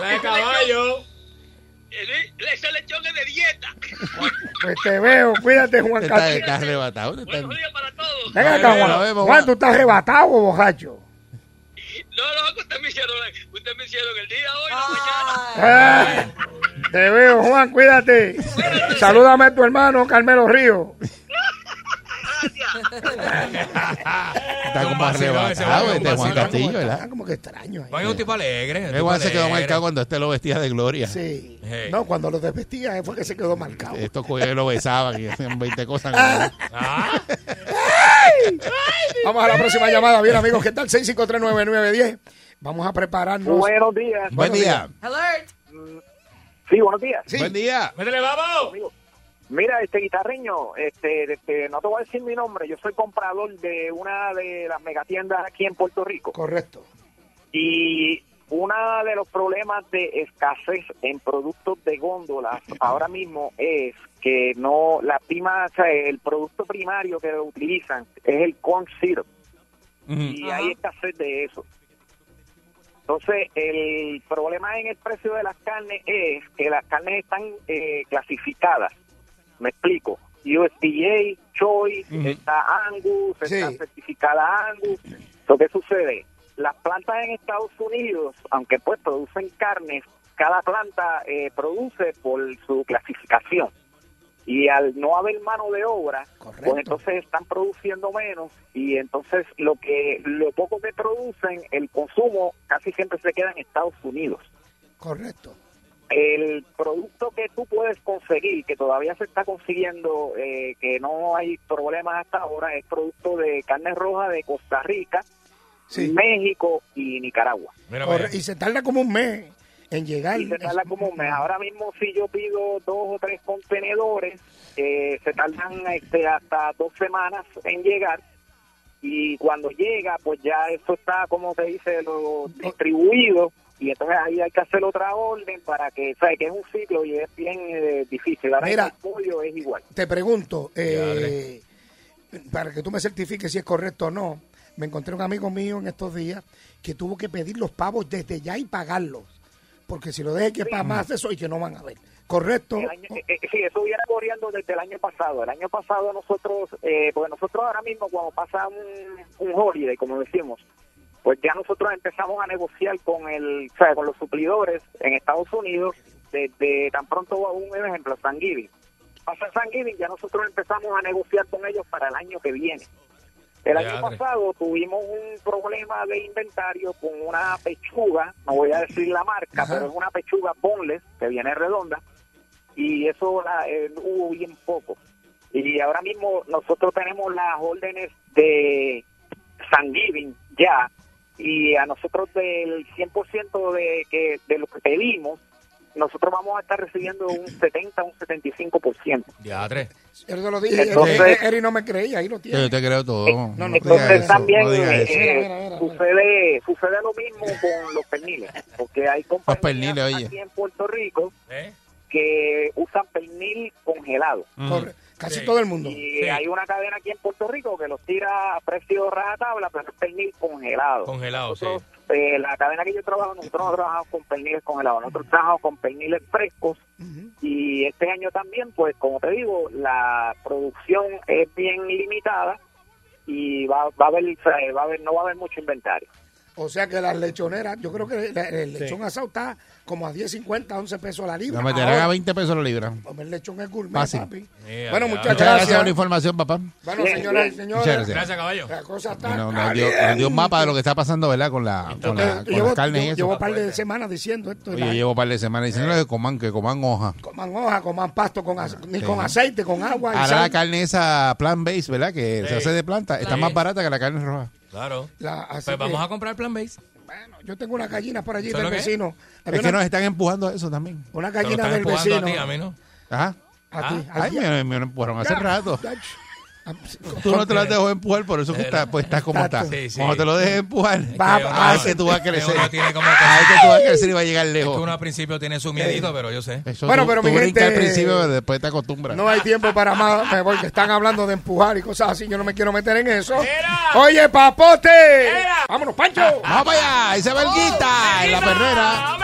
Speaker 6: La de caballo.
Speaker 9: Eh, Ese lechón es de dieta.
Speaker 4: Pues te veo, cuídate, Juan
Speaker 5: Te estás
Speaker 4: Castro.
Speaker 5: está arrebatado. te
Speaker 9: Buenos
Speaker 5: está-
Speaker 9: días para todos.
Speaker 4: Venga
Speaker 5: Nos
Speaker 4: acá,
Speaker 5: vemos, nos
Speaker 4: Juan.
Speaker 5: vemos,
Speaker 4: Juan,
Speaker 5: Juan.
Speaker 4: tú estás arrebatado, bojacho.
Speaker 9: No, loco, usted me hicieron, usted me hicieron el día hoy, la mañana.
Speaker 7: ay,
Speaker 4: Ah, te veo, Juan, cuídate. Salúdame a tu hermano, Carmelo Río.
Speaker 5: Está como
Speaker 6: vacilón, ese va,
Speaker 5: arrebatado
Speaker 6: un
Speaker 5: este Juan
Speaker 6: vacilón.
Speaker 5: Castillo,
Speaker 4: Ah,
Speaker 5: ¿verdad?
Speaker 4: como que extraño ahí.
Speaker 6: Juan pues es un tipo alegre. un
Speaker 5: El
Speaker 6: tipo
Speaker 5: Eh, Juan se quedó
Speaker 6: alegre.
Speaker 5: marcado cuando este lo vestía de gloria.
Speaker 4: Sí.
Speaker 6: Hey.
Speaker 4: No, cuando lo desvestía eh, fue que se quedó marcado.
Speaker 5: Estos cuellos lo besaban y hacían 20 cosas. ¿no?
Speaker 6: Ah,
Speaker 4: Vamos a la próxima llamada. Bien, amigos, ¿qué tal? 6539910. Vamos a prepararnos.
Speaker 8: Buenos días.
Speaker 5: Buen día.
Speaker 7: alert.
Speaker 8: Sí, buenos días.
Speaker 4: Sí.
Speaker 5: Buen día.
Speaker 6: métele, vamos.
Speaker 8: Mira, este guitarreño, este, este, no te voy a decir mi nombre, yo soy comprador de una de las megatiendas aquí en Puerto Rico.
Speaker 4: Correcto.
Speaker 8: Y uno de los problemas de escasez en productos de góndolas ahora mismo es que no, la prima, o sea, el producto primario que utilizan es el corn syrup. Y
Speaker 7: Ajá.
Speaker 8: hay escasez de eso. Entonces, el problema en el precio de las carnes es que las carnes están eh, clasificadas. Me explico. USDA, Choice, está Angus, está
Speaker 4: Sí.
Speaker 8: certificada Angus. Lo que sucede, las plantas en Estados Unidos, aunque pues producen carnes, cada planta eh, produce por su clasificación. Y al no haber mano de obra,
Speaker 4: Correcto.
Speaker 8: pues entonces están produciendo menos y entonces lo que lo poco que producen, el consumo casi siempre se queda en Estados Unidos.
Speaker 4: Correcto.
Speaker 8: El producto que tú puedes conseguir, que todavía se está consiguiendo, eh, que no hay problemas hasta ahora, es producto de carne roja de Costa Rica,
Speaker 4: Sí.
Speaker 8: México y Nicaragua.
Speaker 6: Mira,
Speaker 4: Corre-
Speaker 6: vaya.
Speaker 4: y se tarda como un mes en llegar.
Speaker 8: Y se tarda como un mes. Ahora mismo si yo pido dos o tres contenedores, eh, se tardan este, hasta dos semanas en llegar. Y cuando llega, pues ya eso está, como se dice, lo distribuido. Y entonces ahí hay que hacer otra orden para que, ¿sabes? Que es un ciclo y es bien eh, difícil. Ahora
Speaker 4: Mira.
Speaker 8: el pollo es igual.
Speaker 4: Te pregunto, eh, para que tú me certifiques si es correcto o no, me encontré un amigo mío en estos días que tuvo que pedir los pavos desde ya y pagarlos. Porque si lo deje que para más de eso y que no van a ver. ¿Correcto?
Speaker 8: El año- eh, eh, sí, eso viene corriendo desde el año pasado. El año pasado nosotros, eh, porque nosotros ahora mismo cuando pasa un, un holiday, como decimos, pues ya nosotros empezamos a negociar con el, o sea, con los suplidores en Estados Unidos desde tan pronto a un ejemplo, San Pasa San ya nosotros empezamos a negociar con ellos para el año que viene. El año
Speaker 6: Diadre.
Speaker 8: pasado tuvimos un problema de inventario con una pechuga, no voy a decir la marca,
Speaker 4: Ajá.
Speaker 8: pero es una pechuga boneless que viene redonda y eso la, eh, hubo bien poco. Y ahora mismo nosotros tenemos las órdenes de San ya y a nosotros del 100% de, que, de lo que pedimos nosotros vamos a estar recibiendo un 70, un 75%.
Speaker 6: Ya, tres.
Speaker 4: Yo te lo dije,
Speaker 8: Entonces-
Speaker 4: Eri- Eri no me creía, ahí lo tiene.
Speaker 5: Yo te creo todo.
Speaker 4: Eh,
Speaker 5: No, no digas
Speaker 8: Eh, Entonces
Speaker 5: eso,
Speaker 8: también
Speaker 5: no digas
Speaker 8: eh,
Speaker 5: eso.
Speaker 8: eh,
Speaker 4: Mira, mira, mira.
Speaker 8: sucede sucede lo mismo con los perniles, porque hay compañías
Speaker 5: perniles, oye.
Speaker 8: aquí en Puerto Rico
Speaker 6: ¿Eh?
Speaker 8: que usan pernil congelado.
Speaker 4: Corre- Casi
Speaker 6: Sí.
Speaker 4: todo el mundo.
Speaker 8: Y
Speaker 6: Sí.
Speaker 8: hay una cadena aquí en Puerto Rico que los tira a precio rajatabla, pero es pernil congelado.
Speaker 6: Congelado, sí.
Speaker 8: Nosotros, eh, la cadena que yo trabajo, nosotros no trabajamos con perniles congelados, nosotros trabajamos con perniles frescos y este año también, pues como te digo, la producción es bien limitada y va, va a haber, o sea, va a haber, no va a haber mucho inventario.
Speaker 4: O sea que las lechoneras, yo creo que la- el lechón asado está como a 10.50, 11 pesos la libra.
Speaker 5: La meterán
Speaker 4: Ahora,
Speaker 5: a 20 pesos la libra.
Speaker 4: hombre, el lechón es gourmet,
Speaker 5: Fácil.
Speaker 4: papi.
Speaker 6: Mira,
Speaker 4: bueno,
Speaker 6: ya.
Speaker 4: muchas
Speaker 5: Muchas gracias por la
Speaker 4: gracias.
Speaker 5: información, papá.
Speaker 4: Bueno,
Speaker 8: Bien,
Speaker 4: señoras y
Speaker 8: bien.
Speaker 4: señores,
Speaker 5: Muchas gracias.
Speaker 6: Gracias, caballo.
Speaker 4: la cosa está
Speaker 5: Bueno, nos dio, nos dio un mapa de lo que está pasando, ¿verdad? Con la, con la-
Speaker 4: Yo-
Speaker 5: con
Speaker 4: llevo,
Speaker 5: las carnes y
Speaker 4: yo-
Speaker 5: eso.
Speaker 4: llevo un par de semanas diciendo esto. y
Speaker 5: Oye,
Speaker 4: la-
Speaker 5: yo llevo un par de semanas diciendo que coman, que coman hoja.
Speaker 4: Coman hoja, coman pasto, con ace- ni
Speaker 5: Sí.
Speaker 4: con aceite, con agua. y
Speaker 5: Ahora
Speaker 4: sal.
Speaker 5: la carne esa plant based, ¿verdad? Que
Speaker 6: Sí.
Speaker 5: se hace de planta, está
Speaker 6: Sí.
Speaker 5: más barata que la carne roja.
Speaker 6: Claro.
Speaker 4: La- así
Speaker 6: Pues
Speaker 4: que-
Speaker 6: vamos a comprar plan base.
Speaker 4: bueno, yo tengo unas gallinas por allí
Speaker 6: ¿Eso
Speaker 4: del
Speaker 6: es lo que es?
Speaker 4: vecino. Había
Speaker 5: Es que
Speaker 4: una,
Speaker 5: nos están empujando a eso también.
Speaker 4: una
Speaker 6: Te lo
Speaker 4: gallina
Speaker 6: están
Speaker 4: del
Speaker 6: empujando
Speaker 4: vecino.
Speaker 6: a ti, a mí no.
Speaker 5: Ajá.
Speaker 4: A ti, a
Speaker 5: Ay,
Speaker 4: ti.
Speaker 5: me, me lo empujaron hace rato.
Speaker 4: Tacho. Ah, sí,
Speaker 5: Tú no te lo has dejado empujar, por eso que
Speaker 6: Era.
Speaker 5: está, pues estás como
Speaker 4: Exacto.
Speaker 5: estás.
Speaker 6: Sí, sí.
Speaker 5: Cuando te lo dejes empujar,
Speaker 4: Va- va-
Speaker 5: a que tú vas a crecer.
Speaker 6: Uno tiene como que-
Speaker 5: A que tú vas a crecer y vas a llegar
Speaker 6: Es que uno
Speaker 5: lejos.
Speaker 6: al principio tiene su
Speaker 4: Eh.
Speaker 6: miedito, pero yo sé.
Speaker 5: Eso
Speaker 4: Bueno,
Speaker 5: tú-
Speaker 4: pero
Speaker 5: tú
Speaker 4: mi gente-
Speaker 5: brincas al principio, pero después te acostumbras.
Speaker 4: No hay tiempo para más, (laughs) me voy, que están hablando de empujar y cosas así, yo no me quiero meter en eso. Oye, papote. Vámonos, Pancho.
Speaker 5: ¡Vamos para allá! ¡Ese
Speaker 4: ¡Oh,
Speaker 5: Belguita! en la perrera.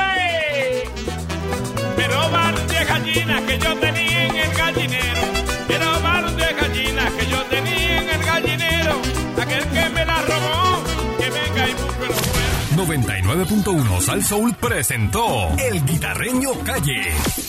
Speaker 1: Pero mar de gallinas que yo tenía en el gallinero. Pero mar de gallinas que yo tenía en el gallinero. Aquel que me la robó, que venga y búsquelo fuera.
Speaker 10: 99.1 Sal Soul presentó El Guitarreño Calle.